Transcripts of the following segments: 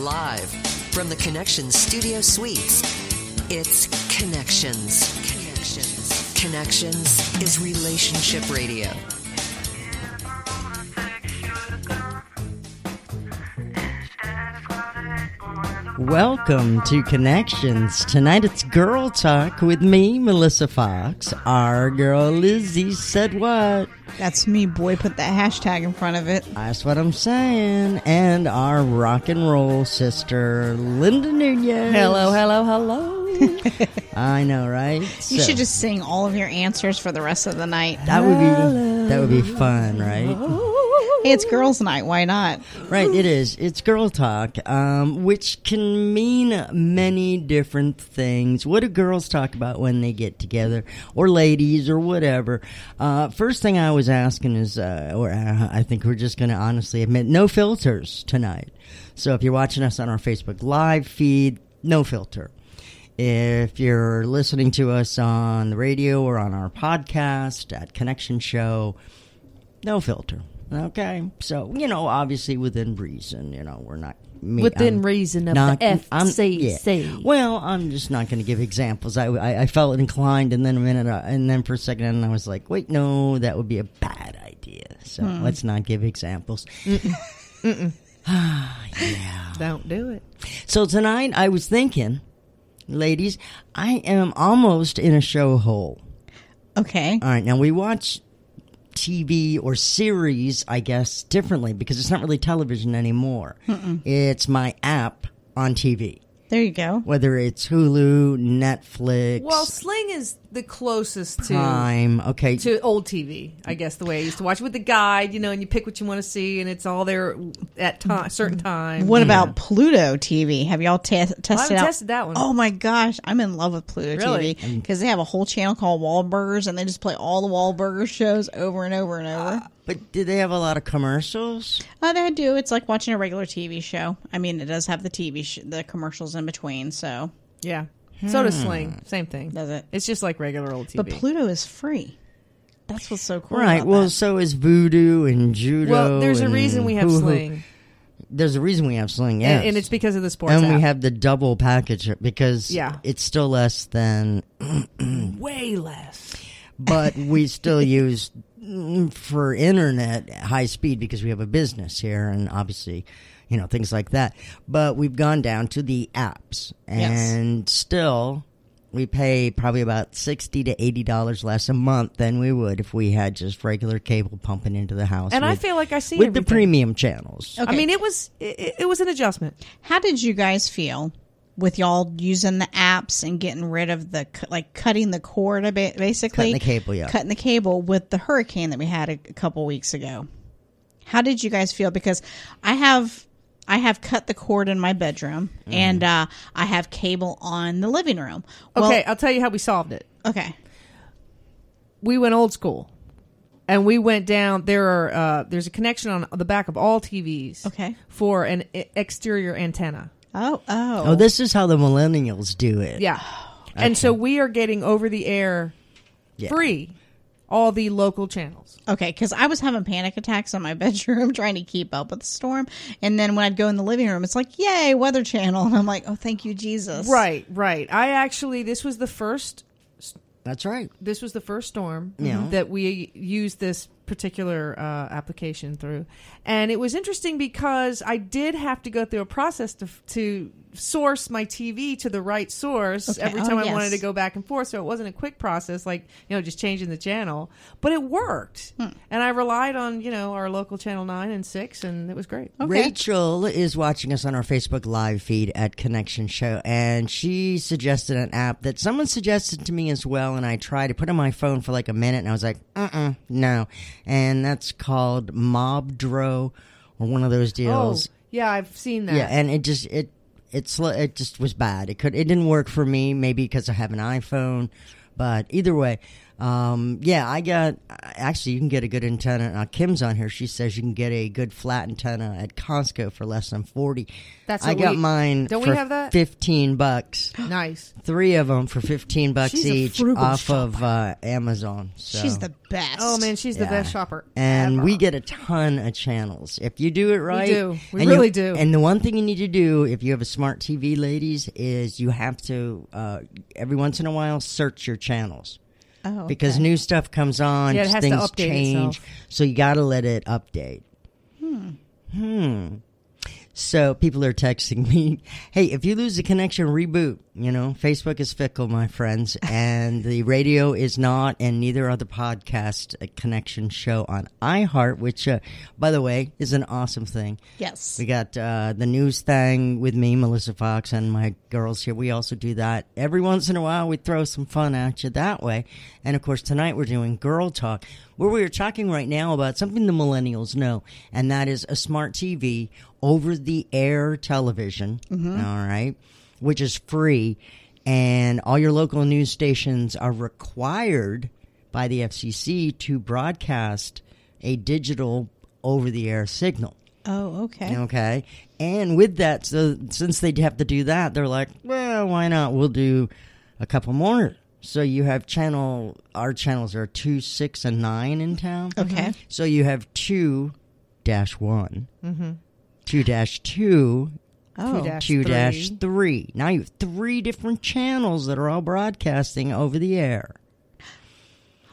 Live from the Connections Studio Suites, it's Connections. Connections. Connections is relationship radio. Welcome to Connections. Tonight it's Girl Talk with me, Melissa Fox. Our girl Lizzie said what? That's me, boy. Put that hashtag in front of it. That's what I'm saying. And our rock and roll sister, Linda Nunez. Hello, hello, hello. I know, right? You should just sing all of your answers for the rest of the night. that would be that would be fun, right? Hey, it's girls' night. Why not? Right, it is. It's girl talk, um, which can mean many different things. What do girls talk about when they get together, or ladies, or whatever? Uh, first thing I was asking is, uh, or uh, I think we're just going to honestly admit, no filters tonight. So if you're watching us on our Facebook live feed, no filter. If you're listening to us on the radio or on our podcast at Connection Show, no filter. Okay, so you know, obviously within reason, you know, we're not me, Within I'm reason of not- the I'm- FCC. yeah. Well, I'm just not going to give examples. I, I I felt inclined, and then a minute, uh, and then for a second, and I was like, wait, no, that would be a bad idea. So Hmm. let's not give examples. Don't do it. So tonight, I was thinking, ladies, I am almost in a show hole. Okay. All right, now we watch TV or series, I guess, differently because it's not really television anymore. It's my app on TV, There you go. whether it's Hulu, Netflix, Well, Sling is the closest to Prime. Okay, to old TV, I guess the way I used to watch it with the guide, you know, and you pick what you want to see, and it's all there at time, certain time. What about Pluto TV? Have y'all te- tested I haven't out? tested that one. Oh my gosh, I'm in love with Pluto Really? TV Mm. because they have a whole channel called Wahlburgers, and they just play all the Wahlburgers shows over and over and Ah. over. but do they have a lot of commercials? Uh, they do. It's like watching a regular TV show. I mean, it does have the TV sh- the commercials in between, so Yeah. So does Sling. Same thing. Does it? It's just like regular old TV. But Pluto is free. That's what's so cool. Right. about Well, that. so is Voodoo and Judo. well, there's a and reason we have Hulu. Sling, There's a reason we have Sling. Yes. and, and it's because of the sports. and app. we have the double package because Yeah. it's still less than way less. but we still use mm, for internet high speed because we have a business here and obviously you know things like that but we've gone down to the apps and still we pay probably about 60 to 80 dollars less a month than we would if we had just regular cable pumping into the house And I with- feel like I see with the everything. premium channels I Okay. mean, it was it, it was an adjustment. How did you guys feel with y'all using the apps and getting rid of the cu- like cutting the cord a bit, basically Cutting the cable, yeah. cutting the cable with the hurricane that we had a, a couple weeks ago? How did you guys feel? Because I have I have cut the cord in my bedroom Mm-hmm. and uh, I have cable on the living room. Well, okay, I'll tell you how we solved it. okay, we went old school and we went down there are uh, there's a connection on the back of all tvs Okay. for an e- exterior antenna oh oh, oh this is how the millennials do it yeah and so we are getting over the air Yeah. free all the local channels Okay, because I was having panic attacks in my bedroom trying to keep up with the storm, and then when I'd go in the living room, it's like, "Yay, Weather Channel!" And I'm like, "Oh, thank you, Jesus!" right right i actually this was the first that's right this was the first storm Mm-hmm. Yeah. that we used this particular uh, application through, and it was interesting because I did have to go through a process to to source my TV to the right source Okay. every Oh, time I yes. wanted to go back and forth. So it wasn't a quick process like, you know, just changing the channel, but it worked. Hmm. And I relied on, you know, our local channel 9 and 6 and it was great. Oh. Rachel is watching us on our Facebook live feed at Connection Show, and she suggested an app that someone suggested to me as well. And I tried to put on my phone for like a minute, and I was like, uh uh no. And that's called Mobdro or one of those Oh, deals. yeah, I've seen that. Yeah, and it just, it, it, sl- it just was bad. It could, it didn't work for me, maybe because I have an iPhone, but either way, um, yeah, I got, actually, you can get a good antenna. Now, Kim's on here. She says you can get a good flat antenna at Costco for less than 40. That's I what got we- mine Don't we for have that? 15 bucks. nice. Three of them for 15 bucks She's a each frugal off of uh, Amazon. So. She's the best. Oh man, she's the best shopper. And ever. we get a ton of channels. If you do it right, do. We and really you- do. And the one thing you need to do if you have a smart TV, ladies, is you have to uh, every once in a while search your channels Oh, okay. because new stuff comes on, Yeah, it has to things update change. itself. So you got to let it update. Hmm. So people are texting me, "Hey, if you lose the connection, reboot." You know, Facebook is fickle, my friends, and the radio is not, and neither are the podcast uh, connection show on iHeart, which, uh, by the way, is an awesome thing. yes. We got uh, the news thing with me, Melissa Fox, and my girls here. We also do that every once in a while. We throw some fun at you that way. And of course, tonight we're doing Girl Talk, where we are talking right now about something the millennials know, and that is a smart TV, over the air television. all right, which is free, and all your local news stations are required by the FCC to broadcast a digital over the air signal. oh, okay. Okay. And with that, so since they have to do that, they're like, well, why not? We'll do a couple more. So you have channel, our channels are two, six, and nine in town. Okay. So you have two dash one, two dash two, Oh, Mm-hmm. dash two three. dash three. Now you have three different channels that are all broadcasting over the air.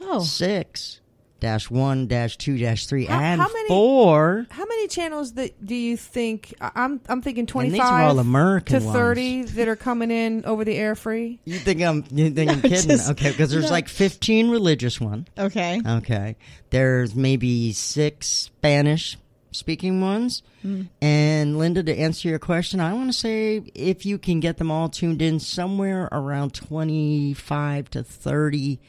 oh, Six dash one dash two dash three How- and how many- four. How many channels that do you think I- I'm I'm thinking these are 25 all American to ones. 30 that are coming in over the air free? You think I'm you think I'm kidding? just- okay, because there's like 15 religious one. okay. Okay, there's maybe six Spanish speaking ones. Hmm. And Linda, to answer your question, I want to say if you can get them all tuned in somewhere around 25 to 30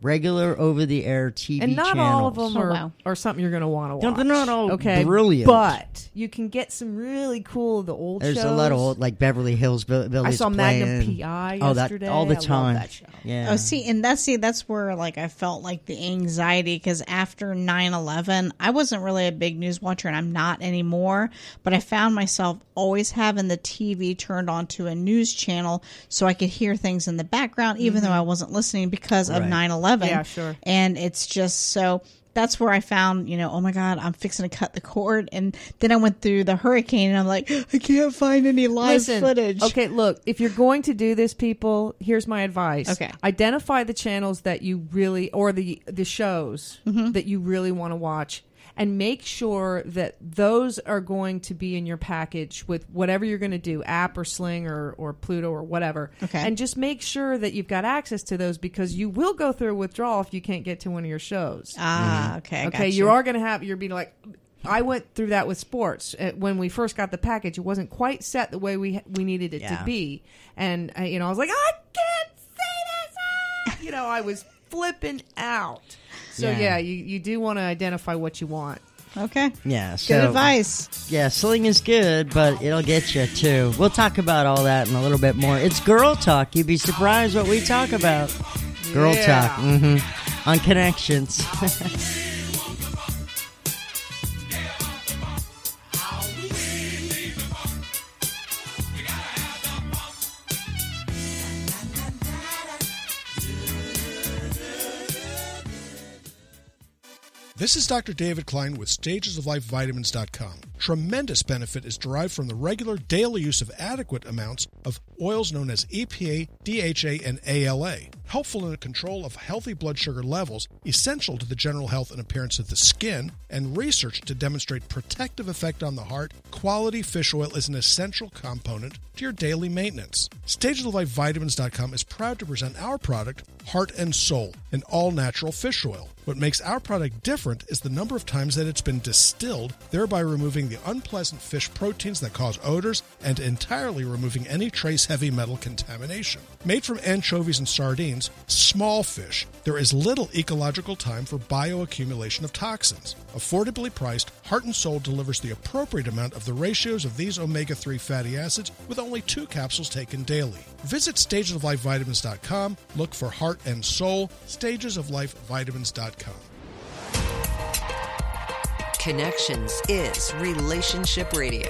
regular over the air TV And not all of channels. them Oh, are, wow. are something you're going to want to watch. No, they're not all okay, brilliant. But you can get some really cool of the old There's shows. a lot of old, like Beverly Hills. Bill- Billy's saw Magnum Plan. PI Oh, that yesterday. all I the love time. that show. Yeah. Oh, see, and that's see, that's where like I felt like the anxiety because after 9-11, I wasn't really a big news watcher, and I'm not anymore. But I found myself always having the TV turned on to a news channel so I could hear things in the background, even though I wasn't listening because of Right. 9-11. Mm-hmm. Yeah, sure. And it's just so. That's where I found, you know, oh my God, I'm fixing to cut the cord. And then I went through the hurricane and I'm like, I can't find any live Listen, footage. Okay, look, if you're going to do this, people, here's my advice. Okay. Identify the channels that you really, or the, the shows Mm-hmm. that you really want to watch, and make sure that those are going to be in your package with whatever you're going to do, app or Sling or, or Pluto or whatever. Okay. And just make sure that you've got access to those because you will go through a withdrawal if you can't get to one of your shows. Ah, okay. I Okay, got you. are going to have you're being like I went through that with sports Uh, when we first got the package. It wasn't quite set the way we we needed it Yeah. to be, and uh, you know I was like, I can't see this. ah!" You know, I was flipping out. So Yeah. yeah, you, you do want to identify what you want. Okay. yeah. So, Good advice. Yeah, sling is good, but it'll get you too. We'll talk about all that in a little bit more. It's girl talk. You'd be surprised what we talk about. Girl Yeah. talk. hmm On connections. This is Dr. David Klein with StagesOfLifeVitamins.com. Tremendous benefit is derived from the regular daily use of adequate amounts of oils known as EPA, DHA, and ALA. helpful in the control of healthy blood sugar levels, essential to the general health and appearance of the skin, and research to demonstrate protective effect on the heart, quality fish oil is an essential component to your daily maintenance. StageOfTheLifeVitamins.com is proud to present our product, Heart and Soul, an all-natural fish oil. What makes our product different is the number of times that it's been distilled, thereby removing the unpleasant fish proteins that cause odors and entirely removing any trace heavy metal contamination. Made from anchovies and sardines, small fish, there is little ecological time for bioaccumulation of toxins. Affordably priced, Heart and Soul delivers the appropriate amount of the ratios of these omega 3 fatty acids with only two capsules taken daily. Visit stagesoflifevitamins.com, look for Heart and Soul, stagesoflifevitamins.com. Connections is Relationship Radio.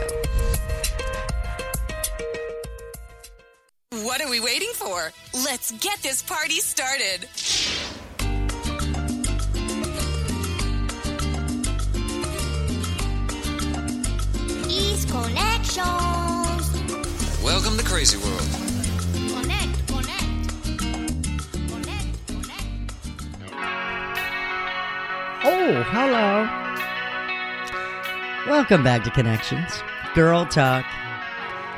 What are we waiting for? Let's get this party started. East Connections. Welcome to Crazy World. Connect, connect. Oh, hello. Welcome back to Connections. Girl talk.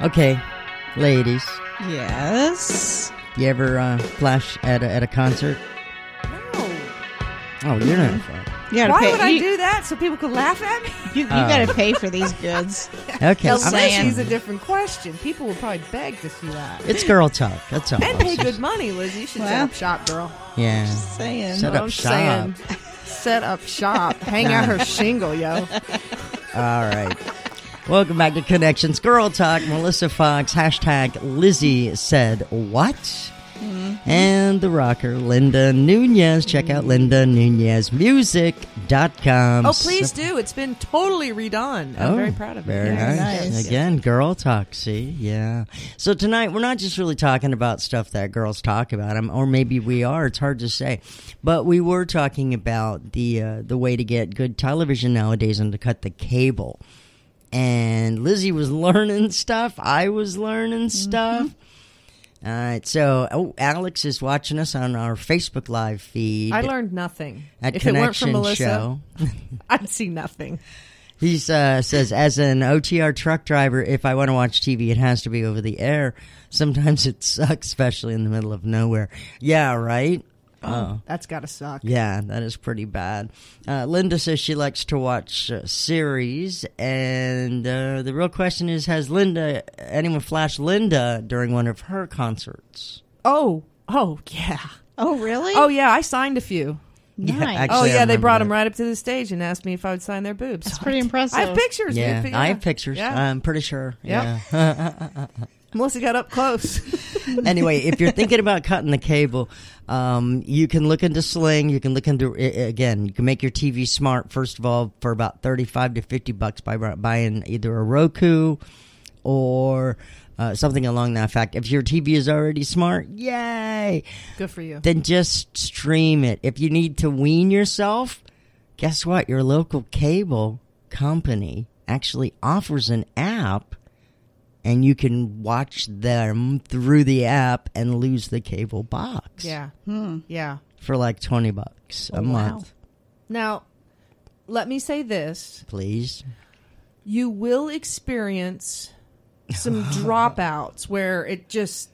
Okay, ladies. Yes. You ever uh, flash at a, at a concert? No. Oh, you're not. You gotta Why pay- would I you- do that so people could laugh at me? You, you Oh. gotta pay for these goods. Okay. I'm I'm- saying is a different question. People will probably beg to see that. It's girl talk. That's all. And pay good money, Liz. You should set Well. up shop, girl. Yeah. saying. Set up I'm shop. saying, set up shop. Hang out her shingle, yo. All right. Welcome back to Connections Girl Talk. Melissa Fox, hashtag Lizzie said what? Mm-hmm. And the rocker, Linda Nunez. Check out Linda Nunez Music.com. Oh, please do. It's been totally redone. I'm Oh, very proud of it. Very Yeah. nice. Again, girl talk. See, yeah. So tonight we're not just really talking about stuff that girls talk about, um, or maybe we are. It's hard to say, but we were talking about the uh, the way to get good television nowadays and to cut the cable. And Lizzie was learning stuff. I was Mm-hmm. learning stuff. All right. So, oh, Alex is watching us on our Facebook Live feed. I learned nothing. at if it weren't for Connection Melissa, Show. I'd see nothing. He uh, says, as an OTR truck driver, if I want to watch TV, it has to be over the air. Sometimes it sucks, especially in the middle of nowhere. Yeah, right? Oh. That's got to suck. Yeah, that is pretty bad. Uh, Linda says she likes to watch uh, series. And uh, the real question is Has Linda, anyone flashed Linda during one of her concerts? Oh, oh yeah. Oh, really? Oh yeah. I signed a few. Nice. oh I yeah, they remember brought that. them right up to the stage and asked me if I would sign their boobs. That's pretty impressive. I have pictures. dude. Yeah, But I have pictures. Uh, Yeah. I'm pretty sure. Yep. Yeah. Melissa got up close. anyway, if you're thinking about cutting the cable, um, you can look into Sling. You can look into i- again. You can make your TV smart. First of all, for about thirty-five to fifty bucks by bu- buying either a Roku or uh, something along that fact. If your TV is already smart, yay! Good for you. Then just stream it. If you need to wean yourself, guess what? Your local cable company actually offers an app and you can watch them through the app and lose the cable box Yeah. Hmm. Oh, Yeah. for like 20 bucks a month. Now, let me say this. Please. you will experience some dropouts where it just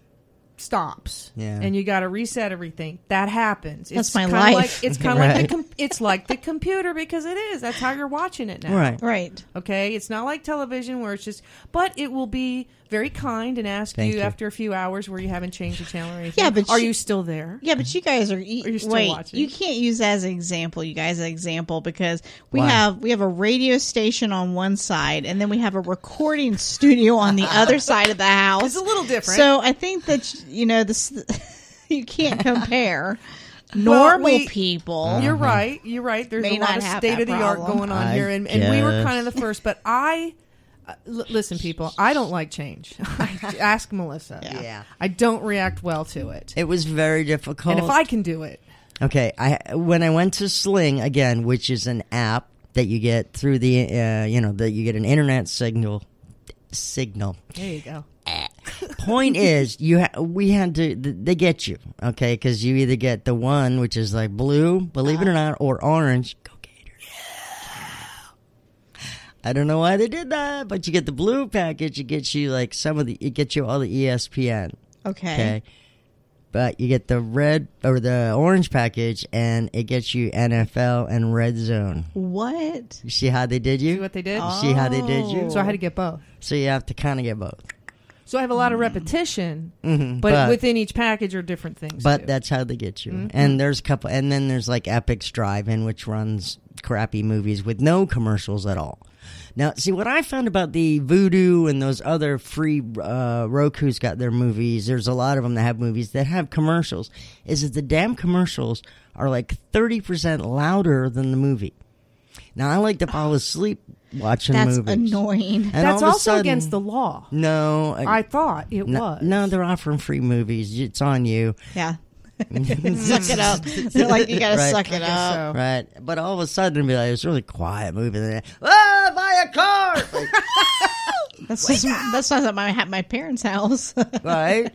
stops Yeah. and you got to reset everything that happens That's it's my kinda life. like, it's kind of like Right. the com- it's like the computer because it is that's how you're watching it now Right. Right. okay it's not like television where it's just but it will be very kind and ask Thank you, you. after a few hours where you haven't changed the channel or anything Yeah, but are you- you still there Yeah, but you guys are, you, Or you're still wait. watching. You can't use that as an example. You guys as an example because we Why? have we have a radio station on one side, and then we have a recording studio on the other side of the house. It's a little different. So I think that you know this. You can't compare Well, normal we- people. You're right. You're right. There's May a lot not of have state of the that art problem. going on Uh-huh. I here, and, and we were guess. kind of the first. But I uh, l- listen, people. I don't like change. Ask Melissa. Yeah. I don't react well to it. It was very difficult. And if I can do it, Okay, I when I went to Sling again, which is an app that you get through the uh, you know that you get an internet signal signal there you go. point is, you ha- we had to. th- They get you, okay? Because you either get the one which is like blue, believe it or not, or orange. Go Gators! I don't know why they did that, but you get the blue package. It gets you like some of the. It gets you all the E ESPN. Okay. But you get the red or the orange package, and it gets you NFL and red zone. What? You see how they did you? See what they did? See how they did you? So I had to get both. So you have to kind of get both. So I have a lot of repetition, Mhm, but, Mm-hmm. but- within each package are different things. But too. that's how they get you. Mhm. And there's a couple, and then there's like Epic's Drive-In, which runs crappy movies with no commercials at all. Now, see what I found about the Voodoo and those other free uh, Roku's got their movies. There's a lot of them that have movies that have commercials. Is that the damn commercials are like thirty percent louder than the movie. Now I like to fall asleep watching That's movies. annoying. And that's all of a also sudden- against the law. No, I thought it no, was. No, they're offering free movies. It's on you. Yeah. suck it up. They're like, you gotta Mm-hmm. Right. suck it up. Right. But all of a sudden, it'd be like, it's really quiet movie. And then, Ah, buy a car. that's just, that's not at my at my parents' house. right?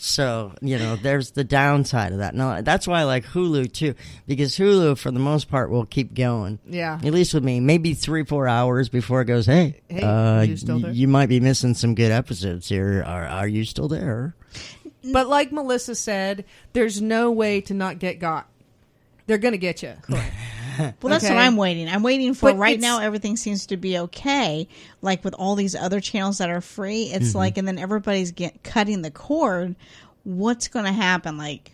So, you know, there's the downside of that. No, that's why I like Hulu too, because Hulu, for the most part, will keep going. Yeah. At least with me, maybe three, four hours before it goes, hey, Hey, uh, are you still y- there?" you might be missing some good episodes here. Are, are you still there? But like Melissa said, there's no way to not get got. They're going to get you. Well, that's what Okay. I'm waiting. I'm waiting for But right it's- now. Everything seems to be okay. Like with all these other channels that are free, it's Mhm. like, and then everybody's get cutting the cord. What's going to happen? Like,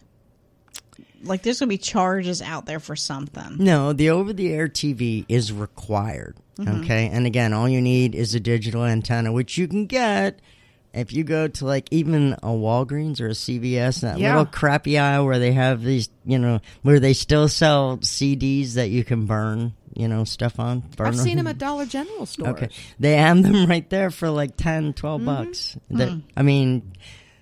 like there's going to be charges out there for something. No, the over the air TV is required. Mm-hmm. Mhm. Okay. And again, all you need is a digital antenna, which you can get if you go to like even a Walgreens or a CVS, that Yeah. little crappy aisle where they have these, you know, where they still sell CDs that you can burn, you know, stuff on. Burn I've seen them at Dollar General stores. Okay. They have them right there for like 10, 12 bucks. That- Mm. I mean,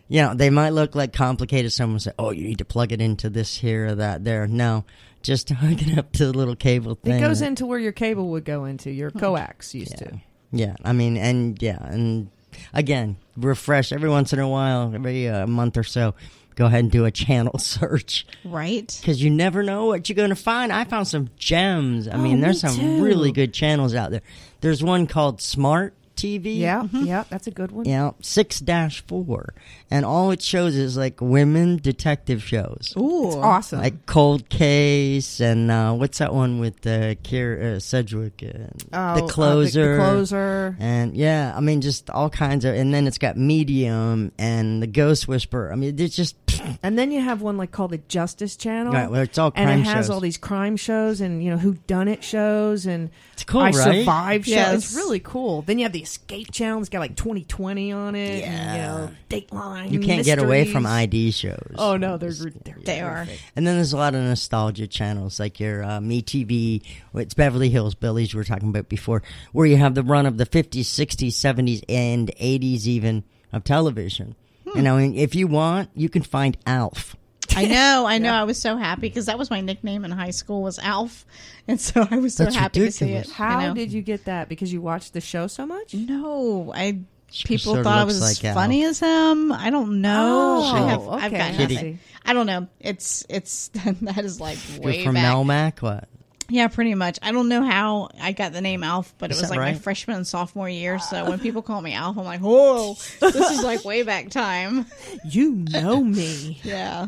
you know, they might look like complicated. Someone said, oh, you need to plug it into this here or that there. No, just hook it up to the little cable thing. It goes that- into where your cable would go into. Your coax used to. Yeah. I mean, and yeah. And again, refresh every once in a while, every uh, month or so. Go ahead and do a channel search. Right. Because you never know what you're going to find. I found some gems. I Oh, mean, there's me some too. really good channels out there. There's one called Smart TV. Yeah, yeah, that's a good one. Mm-hmm. Yeah, six dash four, and all it shows is like women detective shows. Ooh. It's awesome. Like Cold Case, and uh, what's that one with uh, Kier, uh, Sedgwick? And Oh, uh, The- the The closer, Closer. and yeah, I mean just all kinds of. And then it's got Medium and the Ghost Whisperer. I mean, it's just And then you have one like called the Justice Channel. Right, where it's all and crime it has shows. all these crime shows and you know who done it shows and it's cool, I right? survived shows. Yes. It's really cool. Then you have the Escape Channel. It's got like 2020 on it. Yeah. and, you know, Dateline. you can't get away mysteries. from ID shows. Oh no, they're they're They are. terrific. And then there's a lot of nostalgia channels like your uh, Me TV, it's Beverly Hills Billies we were talking about before, where you have the run of the 50s, 60s, 70s, and 80s even of television. Hmm. You know, and if you want, you can find Alf. I know, I know. I was so happy because that was my nickname in high school was Alf, and so I was so That's happy to see ridiculous. it. How did you get that? Because you watched the show so much? No, I. People sorta thought I looks was as like Alf. funny as him. I don't know. Oh, I have, okay. I've got Kitty. nothing. I don't know. It's it's that is like way You're from back. Melmac, what? Yeah, pretty much. I don't know how I got the name Alf, but it Is was that like my right? freshman and sophomore year. So when people call me Alf, I'm like, whoa, this is like way back time. You know me. yeah.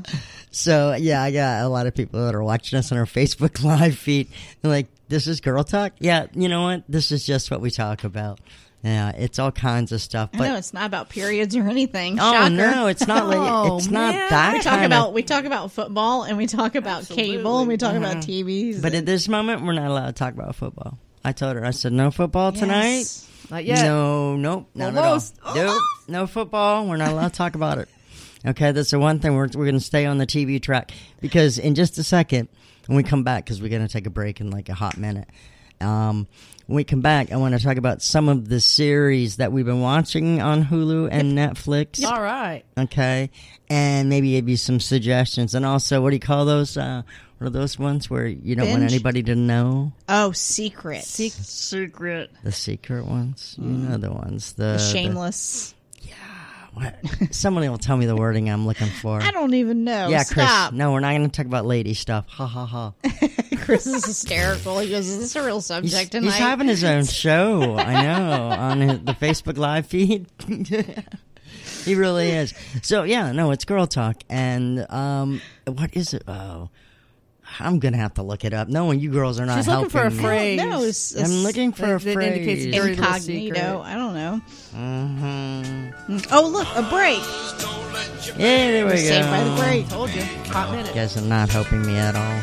So yeah, I got a lot of people that are watching us on our Facebook live feed. They're like, "This is girl talk." Yeah, you know what? This is just what we talk about. Yeah, it's all kinds of stuff. I But know it's not about periods or anything. Oh, Shocker. no, it's not like- Oh, it's not man. that We talk kinda- about we talk about football and we talk about cable and we talk about TVs. Mm-hmm. But at this moment, we're not allowed to talk about football. I told her, I said, no football Yes. tonight. Not yet. No, nope, not Almost. Oh. at all. Nope, no football. We're not allowed to talk about it. Okay, that's the one thing we're, we're going to stay on the TV track because in just a second, when we come back, because we're going to take a break in like a hot minute. Um, when we come back, I want to talk about some of the series that we've been watching on Hulu and Netflix. All right. Okay. And maybe give you some suggestions. And also, what do you call those? Uh, what are those ones where you don't want Binge? anybody to know? oh, secret, secret, The secret ones? You know the ones. The, Mm. the the- shameless. Somebody will tell me the wording I'm looking for. I don't even know. yeah, Chris. Stop. No, we're not going to talk about lady stuff. Ha ha ha. Chris is hysterical. He goes, "Is this a real subject He's, tonight?" he's having his own show. I know on his, the Facebook live feed. he really is. So yeah, no, it's girl talk. And um, what is it? Oh, I'm gonna have to look it up. No, you girls are not She's helping. looking for a me. phrase. No, no, it's- I'm looking for a That- that phrase. indicates dirty little secret. Incognito. I don't know. Mm-hmm. Oh, look, a break. Yeah, there we go. Saved by the break. Oh, Told you. Hot minute. Guys are not helping me at all.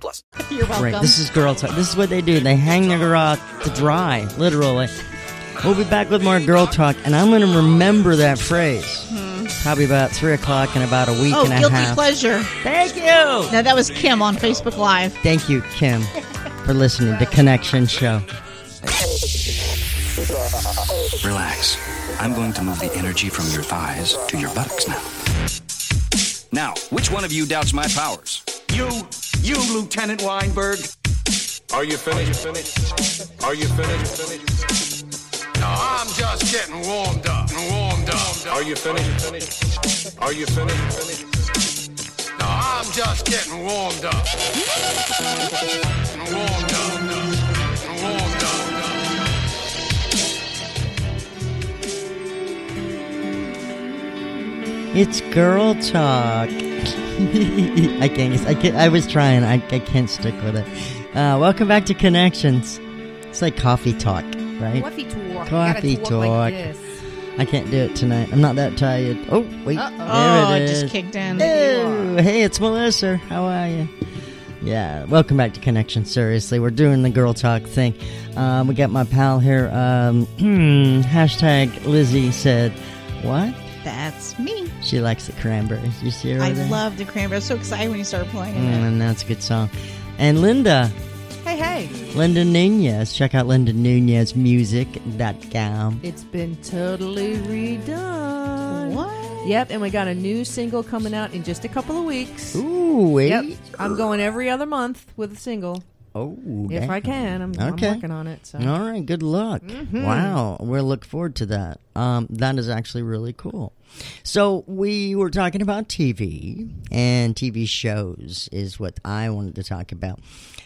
plus. You're welcome. Right. This is girl talk. This is what they do. They hang their girl out to dry, literally. We'll be back with more girl talk, and I'm going to remember that phrase. Hmm. Probably about three o'clock in about a week oh, and a guilty half. pleasure. Thank you. No, that was Kim on Facebook Live. Thank you, Kim, for listening to Connection Show. Relax. I'm going to move the energy from your thighs to your buttocks now. Now, which one of you doubts my powers? You, you, Lieutenant Weinberg. Are you finished? Are you finished? No, I'm just getting warmed up and warmed up. Are you finished? Are you finished? No, I'm just getting warmed up. And warmed up. and warmed up. It's girl talk. I can't. I can't. I was trying. I, I can't stick with it. Uh, welcome back to Connections. It's like coffee talk, right? Coffee talk. You gotta Coffee talk talk. like this. I can't do it tonight. I'm not that tired. Oh wait, Uh-oh. there Oh, it it is. just kicked in. Oh, hey, it's Melissa. How are you? Yeah, welcome back to Connection. Seriously, we're doing the girl talk thing. Um, we got my pal here. Um, hashtag Lizzie said, "What? That's me. She likes the cranberries. You see her? I over there? love the cranberry. I was so excited when you started playing Mm, it. and that's a good song. And Linda, Hey, hey. Linda Nunez. Check out Linda Nunez Music.com. It's been totally redone. What? Yep, and we got a new single coming out in just a couple of weeks. Ooh, wait. Yep, I'm going every other month with a single. Oh, If damn. I can, I'm- I'm working on it, so. All right, good luck. Mhm. Wow, we'll look forward to that. Um, that is actually really cool. So we were talking about TV and TV shows is what I wanted to talk about.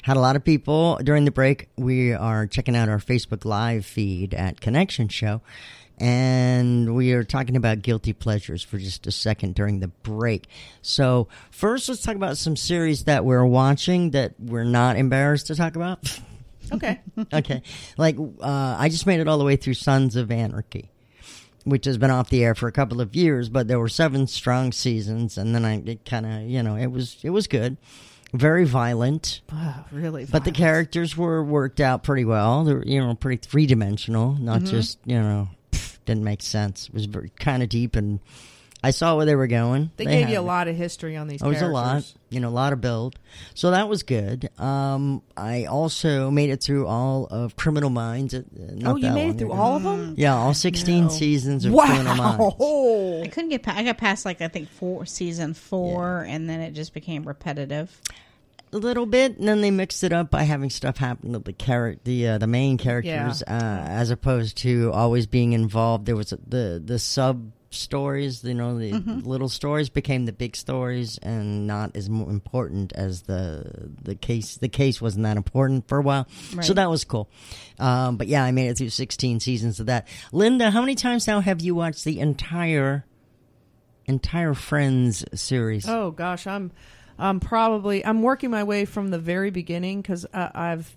Had a lot of people during the break. We are checking out our Facebook live feed at Connection Show. And we are talking about guilty pleasures for just a second during the break. So, first, let's talk about some series that we're watching that we're not embarrassed to talk about. Okay. okay. Like, uh, I just made it all the way through Sons of Anarchy, which has been off the air for a couple of years, but there were seven strong seasons, and then I it kind of, you know, it was it was good, very violent. Wow, really? But the characters were worked out pretty well. They were, you know, pretty three dimensional, not Mhm. just, you know, pff, didn't make sense. It was kind of deep, and I saw where they were going. They, gave had you a it. lot of history on these It was characters. a lot, you know, a lot of build. So that was good. Um, I also made it through all of Criminal Minds. It- uh, not Oh, you that made long it through ago. all of them? Yeah, all 16 No. seasons of Criminal Minds. Wow. I couldn't get past, I got past like I think four season four and then it just became repetitive. A little bit, and then they mixed it up by having stuff happen to the character, the uh, the main characters, uh, as opposed to always being involved. There was a, the the sub stories, you know, the Mhm. little stories became the big stories, and not as mo- important as the the case. The case wasn't that important for a while, so Right. that was cool. Um, but yeah, I made it through sixteen seasons of that. Linda, how many times now have you watched the entire entire Friends series? Oh gosh, I'm I'm probably I'm working my way from the very beginning because uh, I've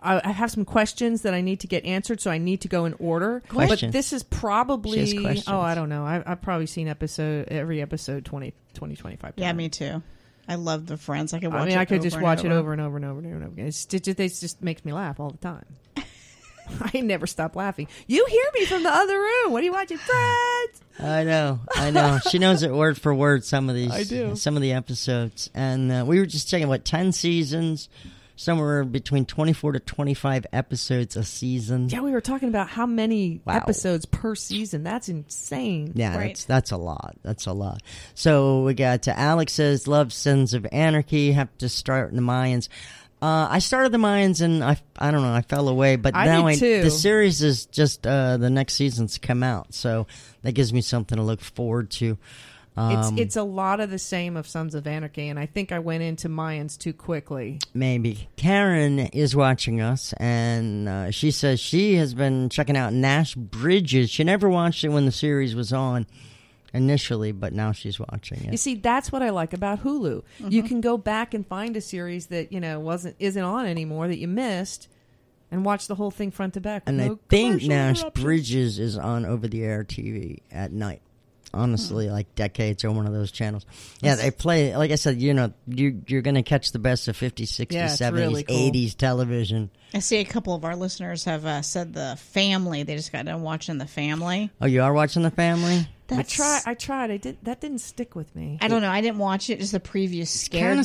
I, I have some questions that I need to get answered, so I need to go in order. Questions. But this is probably She has questions. oh I don't know I, I've probably seen episode every episode 20, 20 25 Yeah, me too. I love the Friends. I could watch I mean, it I could over just and watch it over. over and over and over and over again. It's, it, just- it just makes me laugh all the time. I never stop laughing. You hear me from the other room. What are you watching, Friends? I know, I know. she knows it word for word. Some of these, I do. Some of the episodes, and uh, we were just checking what ten seasons, somewhere between twenty-four to twenty-five episodes a season. Yeah, we were talking about how many episodes per season. That's insane. Yeah, that's that's a lot. That's a lot. So we got to Alex's Love Sins of Anarchy. Have to start in the Mayans. Uh, I started the Mayans and I, I don't know I fell away, but I now did I, too. the series is just uh, the next season's come out, so that gives me something to look forward to. Um, it's it's a lot of the same of Sons of Anarchy, and I think I went into Mayans too quickly. maybe Karen is watching us, and uh, she says she has been checking out Nash Bridges. She never watched it when the series was on initially, but now she's watching it. You see, that's what I like about Hulu. You Mm-hmm. can go back and find a series that you know wasn't isn't on anymore that you missed, and watch the whole thing front to back. with And I no think commercial Nash interruption. Bridges is on over the air TV at night. Hmm. Honestly, like decades on one of those channels. Yeah, they play, like I said, you know, you, you're going to catch the best of 50s, 60s, Yeah, it's 70s, really cool. 80s television. I see a couple of our listeners have uh, said the family. They just got done watching the family. Oh, you are watching The Family? I tried. I tried. I did. That didn't stick with me. I don't know. I didn't watch it. Just the preview scared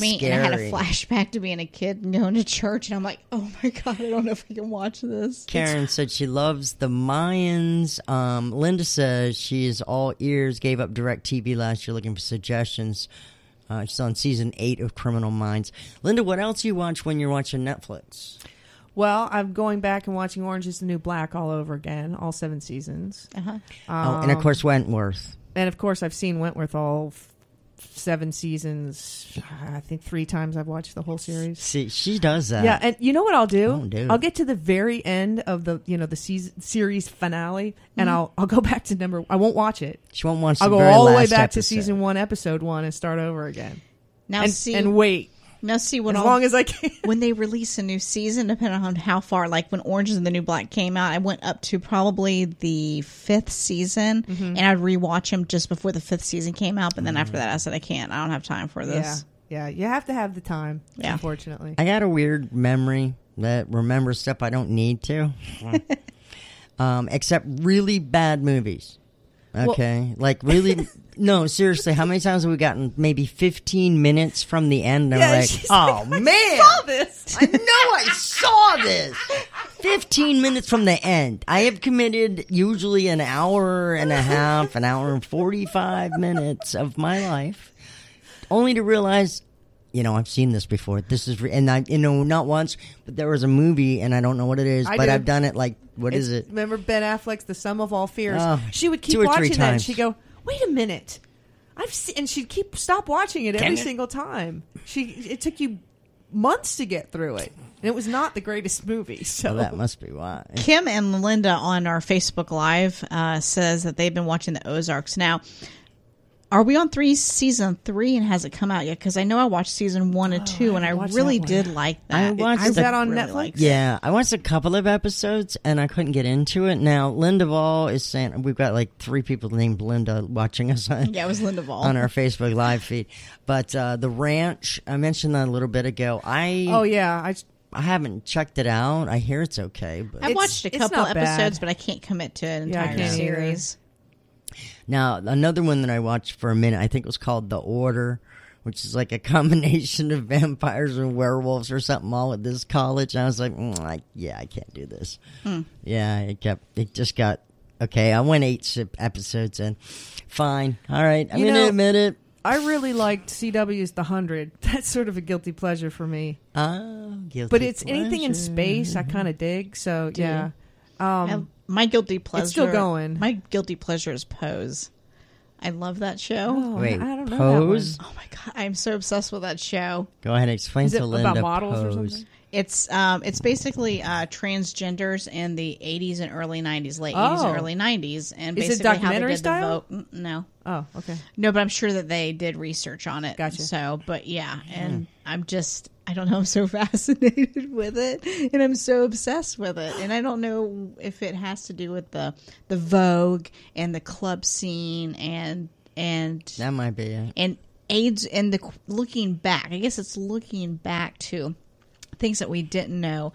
kinda me, and I had a scary. flashback to being a kid and going to church, and I'm like, oh my god, I don't know if I can watch this. Karen said she loves the Mayans. Um, Linda says she is all ears, gave up direct TV last year looking for suggestions. Uh, she's on season eight of Criminal Minds. Linda, what else you watch when you're watching Netflix? Well, I'm going back and watching Orange Is the New Black all over again, all seven seasons. Uh-huh. oh, and of Um, course, Wentworth. and of course, I've seen Wentworth all f- seven seasons. I think three times I've watched the whole series. See, she does that. Yeah, and you know what I'll do? Don't do I'll it. get to the very end of the you know the season, series finale, and Mhm. I'll I'll go back to number. I won't watch it. She won't watch. I'll the go very all the way last back to episode. season one, episode one, and start over again. Now and, see and wait. Now see when As all- long as I can. When they release a new season, depending on how far, like when Orange is the New Black came out, I went up to probably the fifth season, and Mhm. I'd rewatch them just before the fifth season came out. But then after that, I said I can't. I don't have time for Mm. Yeah, this. yeah. You have to have the time. unfortunately. I got a weird memory that remembers stuff I don't need to, um, except really bad movies. Well- Okay, like really. No, seriously, how many times have we gotten maybe 15 minutes from the end? And Yeah, I'm like, she's oh, man. I saw this. I know I saw this. 15 minutes from the end. I have committed usually an hour and a half, an hour and 45 minutes of my life, only to realize, you know, I've seen this before. This is, re- and I, you know, not once, but there was a movie and I don't know what it is, I but did. I've done it like, what is It's- it? Remember Ben Affleck's The Sum of All Fears? Oh, she would keep two or three watching that and times. she'd go, wait a minute. I've seen, and she'd keep stop watching it every Damn it. single time. She it took you months to get through it, and it was not the greatest movie. So Well, Oh, that must be why. Kim and Linda on our Facebook Live uh, says that they've been watching the Ozarks. Now, are we on three season three and has it come out yet? Because I know I watched season one Oh, and two, and I really did like that. I watched Is the- that on Netflix? Yeah, I watched a couple of episodes and I couldn't get into it. Now Linda Ball is saying we've got like three people named Linda watching us on Yeah, it was Linda Ball. on our Facebook live feed. But uh, the ranch, I mentioned that a little bit ago. I Oh, yeah, I I haven't checked it out. I hear it's okay, but I watched a it's couple not bad. episodes, but I can't commit to an Yeah, I entire can't either. series. Now, another one that I watched for a minute, I think it was called The Order, which is like a combination of vampires and werewolves or something all at this college. And I was like, mm, I, yeah, I can't do this. Hmm. Yeah, it kept, it just got, okay, I went eight si- episodes in. Fine. All right. I'm You going know- to admit it. I really liked CW's The Hundred. That's sort of a guilty pleasure for me. Oh, guilty but it's anything in pleasure. space I kind of dig. So Do you? yeah, um, I- my guilty pleasure. it's still going. My guilty pleasure is Pose. I love that show. Oh, Wait, I don't know that one. Pose? Oh my god, I'm so obsessed with that show. Go ahead and explain Is it to about Linda. models or Pose. It's um, it's basically uh, transgenders in the 80s and early 90s, late 80s Oh. and early 90s, and Is it basically how they documentary did style? the vote. Mm, No, oh okay. no, but I'm sure that they did research on it. Gotcha. So, but yeah, and I'm just I don't know. I'm so fascinated with it, and I'm so obsessed with it, and I don't know if it has to do with the the Vogue and the club scene and and That might be it. and AIDS and the qu- looking back. I guess it's looking back to things that we didn't know.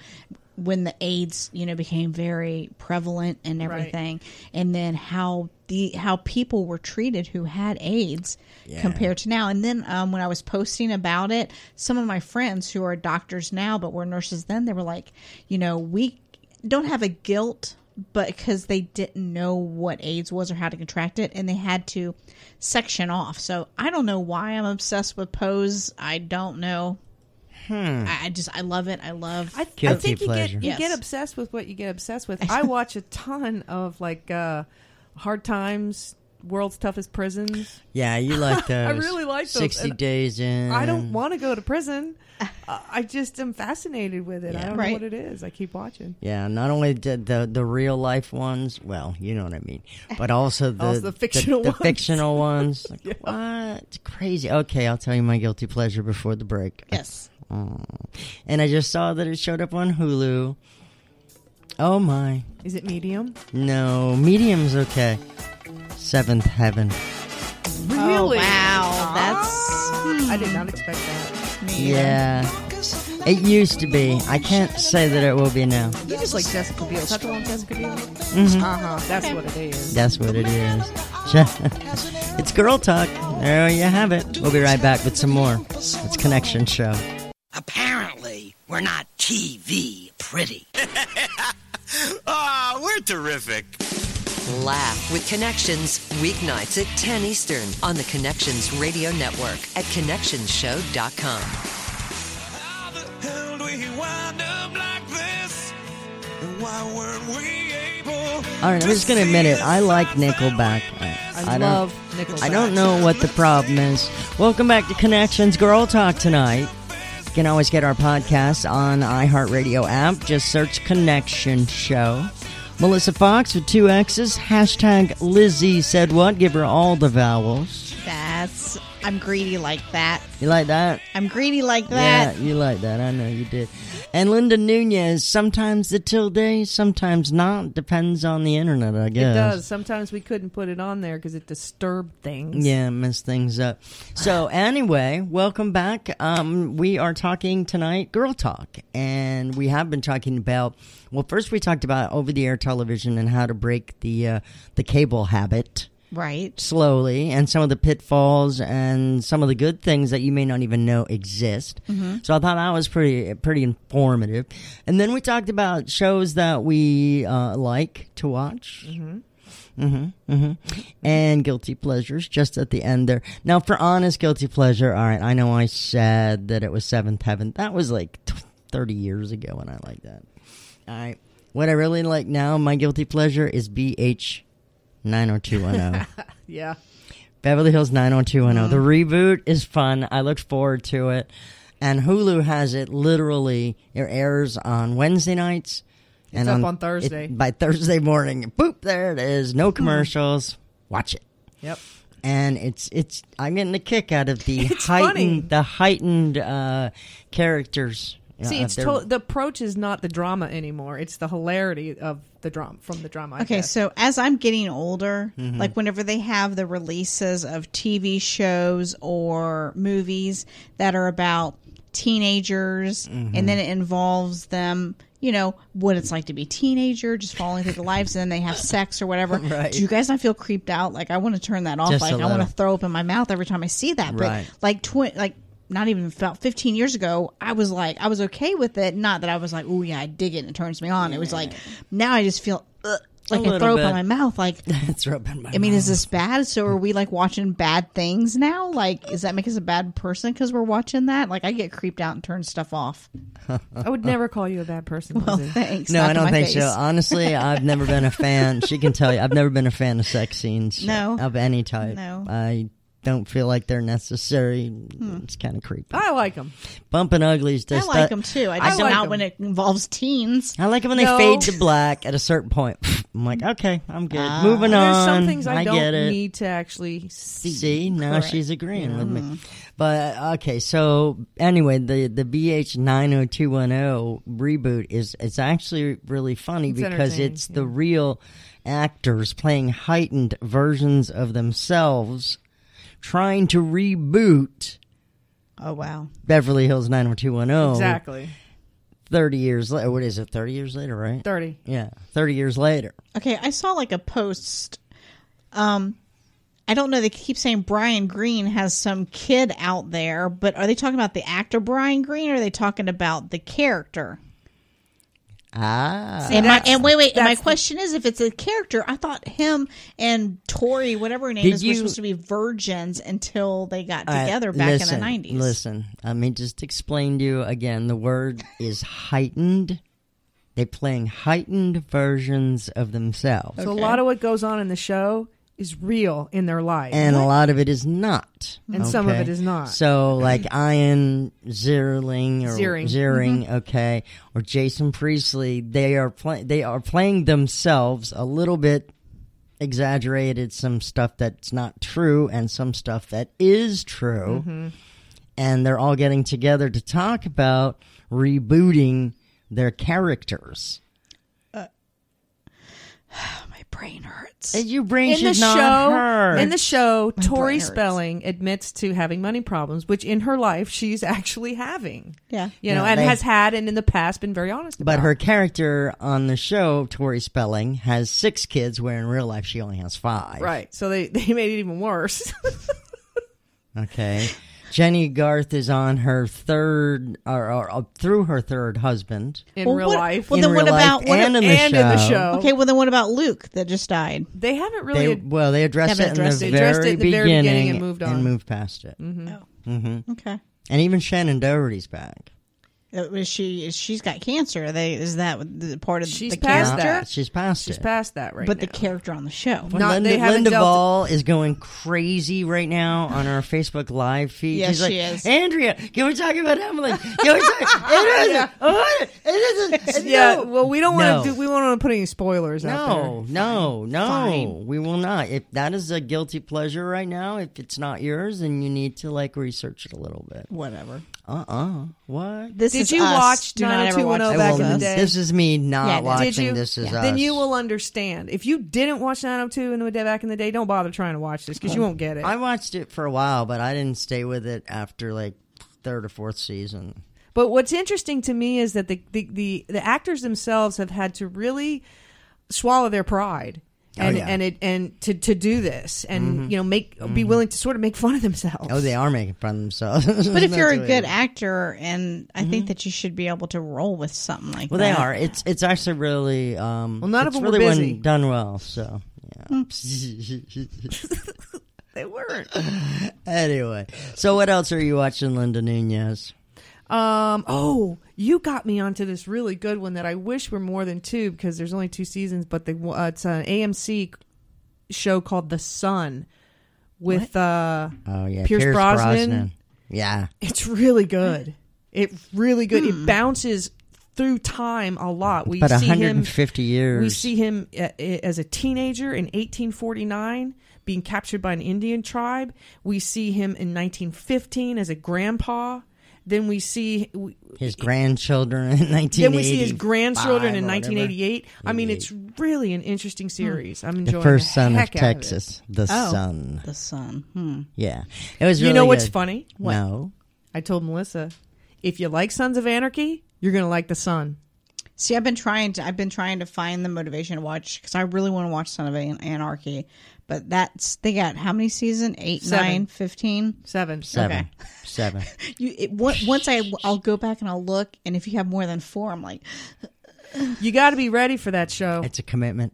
when the AIDS, you know, became very prevalent and Right. everything, and then how the how people were treated who had AIDS Yeah. compared to now. And then um, when I was posting about it, some of my friends who are doctors now but were nurses then, they were like, you know, we don't have a guilt, but because they didn't know what AIDS was or how to contract it, and they had to section off. So I don't know why I'm obsessed with pose. I don't know. Hmm. I, I just I love it. I love. I, Guilty I think you get- you pleasure. get, you get obsessed with what you get obsessed with. I watch a ton of like uh, hard times, world's toughest prisons. Yeah, you like those. I really like those. Sixty and days in. I don't want to go to prison. I I just am fascinated with it. I don't know what it is. I keep watching. Yeah, not only the, the the real life ones. Well, you know what I mean, but also the Also the fictional the, ones. fictional ones. Like, What? It's crazy. Okay, I'll tell you my guilty pleasure before the break. Mm. Yes. And I just saw that it showed up on Hulu. Oh my. Is it medium? No, medium's okay. Seventh Heaven. Really? wow, that's. I did not expect that. Yeah. It used to be. I can't say that it will be now. You just like Jessica Biel. Is that the one with Jessica Biel? Mhm. Uh huh. That's what it is. That's what it is. it's Girl Talk. There you have it. We'll be right back with some more. It's Connection Show. Apparently, we're not TV pretty. Ah, we're terrific. Laugh with Connections weeknights at 10 Eastern on the Connections Radio Network at connectionshow.com. Hell, do we wind up like this? And why weren't we able? All right, I'm just gonna admit it. I like Nickelback. I, I don't- love Nickelback. I don't know what the problem is. Welcome back to Connections Girl Talk tonight. You can always get our podcast on iHeartRadio app. Just search Connection Show. Melissa Fox with two X's. Hashtag Lizzie said what? Give her all the vowels. That's I'm greedy like that. You like that? I'm greedy like that. Yeah, you like that. I know you did. And Linda Nunez, sometimes the tilde, sometimes not. Depends on the internet, I guess. It does. Sometimes we couldn't put it on there because it disturbed things. Yeah, mess things up. So anyway, welcome back. Um, we are talking tonight, girl talk, and we have been talking about. Well, first we talked about over-the-air television and how to break the uh, the cable habit. Right. Slowly, and some of the pitfalls and some of the good things that you may not even know exist. Mhm. So I thought that was pretty pretty informative. And then we talked about shows that we uh, like to watch. Mhm. Mm-hmm, mm-hmm. And guilty pleasures just at the end there. Now, for honest guilty pleasure, all right, I know I said that it was Seventh Heaven. That was like t- 30 years ago, and I like that. All right. What I really like now, my guilty pleasure is BH 90210. Yeah. Beverly Hills 90210. Mm. The reboot is fun. I look forward to it. And Hulu has it literally, it airs on Wednesday nights. It's up on Thursday. Hmm. it- by Thursday morning, boop, there it is. No commercials. Watch it. Yep. And it's it's I'm getting a kick out of the It's heightened funny. the heightened uh, characters. See, Uh, it's they're- to- the approach is not the drama anymore. It's the hilarity of the drama from the drama. I Okay, guess. so as I'm getting older, Mm-hmm. Mhm. like whenever they have the releases of TV shows or movies that are about teenagers Mhm. Mm-hmm. and then it involves them, you know, what it's like to be a teenager, just falling through the lives and then they have sex or whatever. Right. Do you guys not feel creeped out? Like I want to turn that off. Just like a I want little. to throw up in my mouth every time I see that. Right. But like tw- like not even about 15 years ago, I was like, I was okay with it. Not that I was like, oh yeah, I dig it and it turns me on. It was like, now I just feel ugh, like A I throw little up in bit. my mouth. Like, it's rubbing my I mean, is this bad? So are we like watching bad things now? Like, does that make us a bad person because we're watching that? Like, I get creeped out and turn stuff off. I would never call you a bad person. Well, thanks. Oh. No, Slap I in don't my think face. so. Honestly, I've never been a fan. She can tell you, I've never been a fan of sex scenes. No. of any type. No. I don't feel like they're necessary. Hmm. It's kind of creepy. I like them. Bumping uglies. I Just like them Um, too. I I just like not 'em. when it involves teens. I like it when they fade to black at a certain point. I'm like, okay, I'm good. Moving on. Ah. There's some things I, get don't it. need to actually see. See, now Correct. she's agreeing with me. Mhm. But okay, so anyway, the the BH nine hundred two one zero reboot is it's actually really funny It's because entertaining, it's the real actors playing heightened versions of themselves, trying to reboot Oh wow. Beverly Hills nine hundred two one zero Exactly. 30 years later. What is it? 30 years later, right? 30. Yeah, 30 years later. Okay, I saw like a post. Um, I don't know. They keep saying Brian Green has some kid out there, but are they talking about the actor Brian Green, or are they talking about the character? Ah. and, my, and wait, wait. and my question is, if it's a character, I thought him and Tori, whatever her name Did is, you- were supposed to be virgins until they got I- together back listen, in the nineties. Listen, I mean, just explain to you again. The word is heightened. They're playing heightened versions of themselves, So a lot of what goes on in the show is real in their life. and a lot of it is not, And some of okay? it is not. So, like Ian Zierling or Ziering. Ziering, Mm-hmm. okay, or Jason Priestley, they are playing. They are playing themselves a little bit. Exaggerated some stuff that's not true and some stuff that is true. Mhm. and they're all getting together to talk about rebooting their characters. brain hurts. Your brain in the should not show, hurt. In the show, My Tori brain hurts. Spelling admits to having money problems, which in her life she's actually having. Yeah. You know, Yeah, and they- has had and in the past been very honest about. But her character on the show, Tori Spelling, has six kids, where in real life she only has five. Right. So they, they made it even worse. Okay. Jenny Garth is on her third, or, or, or through her third husband In real life. Well, In then real what about life what and a- in the And in the show. show. Okay, well then what about Luke that just died? They haven't They, well, they addressed it in the, very They addressed it in the beginning very beginning and moved on. past it. Mhm. hmm Okay. And even Shannon Doherty's back. Uh, Is she? Is she's got cancer? Are they? Is that the part of She's the past character? that. She's past it. past that right But the character on the show, Well, Linda, Linda Ball is going crazy right now on our Facebook Live feed. Yes, She's like, she is. Andrea, can we talk about Emily? Can we talk? It is. Oh, it is. It is. yeah. No. Well, we don't want No. to do. We won't want to put any spoilers No, out there. no, no. Fine. We will not. If that is a guilty pleasure right now, if it's not yours, then you need to like research it a little bit. Whatever. Uh uh What? Did you watch Do not ever watch 90210 I back will- in the day? This is me not Yeah, watching. did you- This is yeah. us. Then you will understand. If you didn't watch 902 in the day back in the day, don't bother trying to watch this because you won't get it. I watched it for a while, but I didn't stay with it after like third or fourth season. But what's interesting to me is that the the, the, the actors themselves have had to really swallow their pride. Oh, And, yeah. and it and to, to do this and Mhm. you know make be Mhm. willing to sort of make fun of themselves. Oh, they are making fun of themselves. But if you're a That's good weird. actor, and I Mm-hmm. think that you should be able to roll with something like well, they that. are. It's it's actually really um. Well, none of it's them were really busy. when done well. So yeah. they weren't. anyway, so what else are you watching, Linda Nunez? Um. Oh, you got me onto this really good one that I wish were more than two because there's only two seasons. But they, uh, it's an AMC show called The Sun with uh, Oh yeah, Pierce, Brosnan. Yeah, It's really good. It's really good. It bounces through time a lot. We about see him 150 years. We see him uh, as a teenager in 1849 being captured by an Indian tribe. We see him in 1915 as a grandpa. Then we see his grandchildren in 1980. then we see his grandchildren in 1988. I mean, it's really an Hmm. interesting series. I'm The enjoying first the son of heck out it. Texas, the Oh. son. The son. Hmm. Yeah, it was. you really know what's good. funny? No, I told Melissa, if you like Sons of Anarchy, you're gonna like the Sun. See, I've been trying to. I've been trying to find the motivation to watch because I really want to watch Son of An- Anarchy. But that's they got how many season? Eight, Seven. nine, fifteen, seven, seven, seven. Okay. You it, on- once I I'll go back and I'll look, and if you have more than four, I'm like, You got to be ready for that Oh. show. It's a commitment.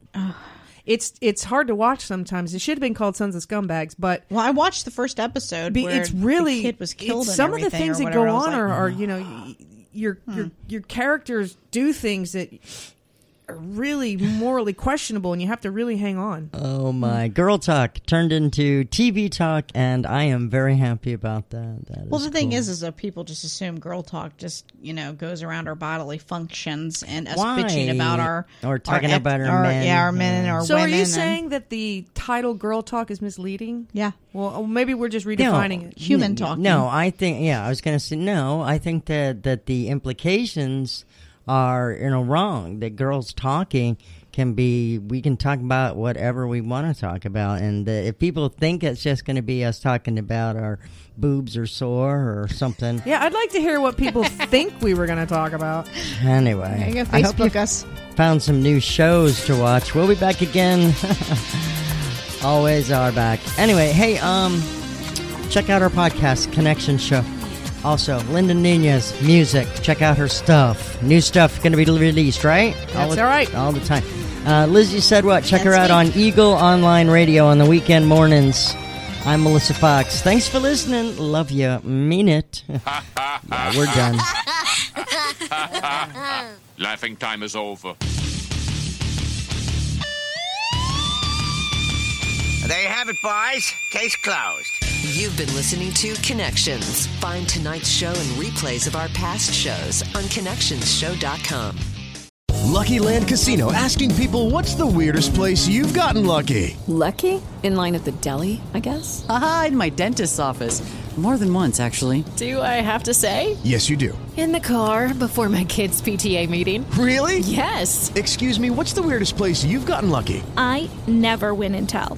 It's it's hard to watch sometimes. It should have been called Sons of Scumbags, but well, I watched the first episode. where it's really the kid was killed. it's- and some of the everything things or that whatever. go I was like, "Mm-hmm." Hmm. on are, are you know y- y- your your your characters do things that are really morally questionable, and you have to really hang on. Oh my, girl talk turned into TV talk, and I am very happy about that. That is Well, the thing cool. is, is that people just assume girl talk just you know goes around our bodily functions and us Why? bitching about our Or talking ec- about our men. yeah, our men and Yeah. our so, are women. you and- saying that the title "Girl Talk" is misleading? Yeah. Well, oh, maybe we're just redefining it. n- No, I think yeah, I was going to say no. I think that that the implications are you know wrong. That girls talking can be we can talk about whatever we want to talk about and uh, if people think it's just going to be us talking about our boobs are sore or something Yeah, I'd like to hear what people think we were going to talk about. anyway There you go, I hope you Facebook us. found some new shows to watch we'll be back again always are back anyway hey um check out our podcast connection show also linda nunez music check out her stuff new stuff gonna be released right That's the- all right. all the time uh, lizzie said what check her That's out on eagle online radio on the weekend mornings i'm melissa fox thanks for listening love you mean it yeah, we're done Laughing time is over. There you have it, boys. Case closed. You've been listening to Connections. Find tonight's show and replays of our past shows on ConnectionsShow.com. Lucky Land Casino asking people what's the weirdest place you've gotten lucky? Lucky? In line at the deli, I guess? Aha, in my dentist's office. More than once, actually. Do I have to say? Yes, you do. In the car before my kids' PTA meeting. Really? Yes. Excuse me, what's the weirdest place you've gotten lucky? I never win and tell.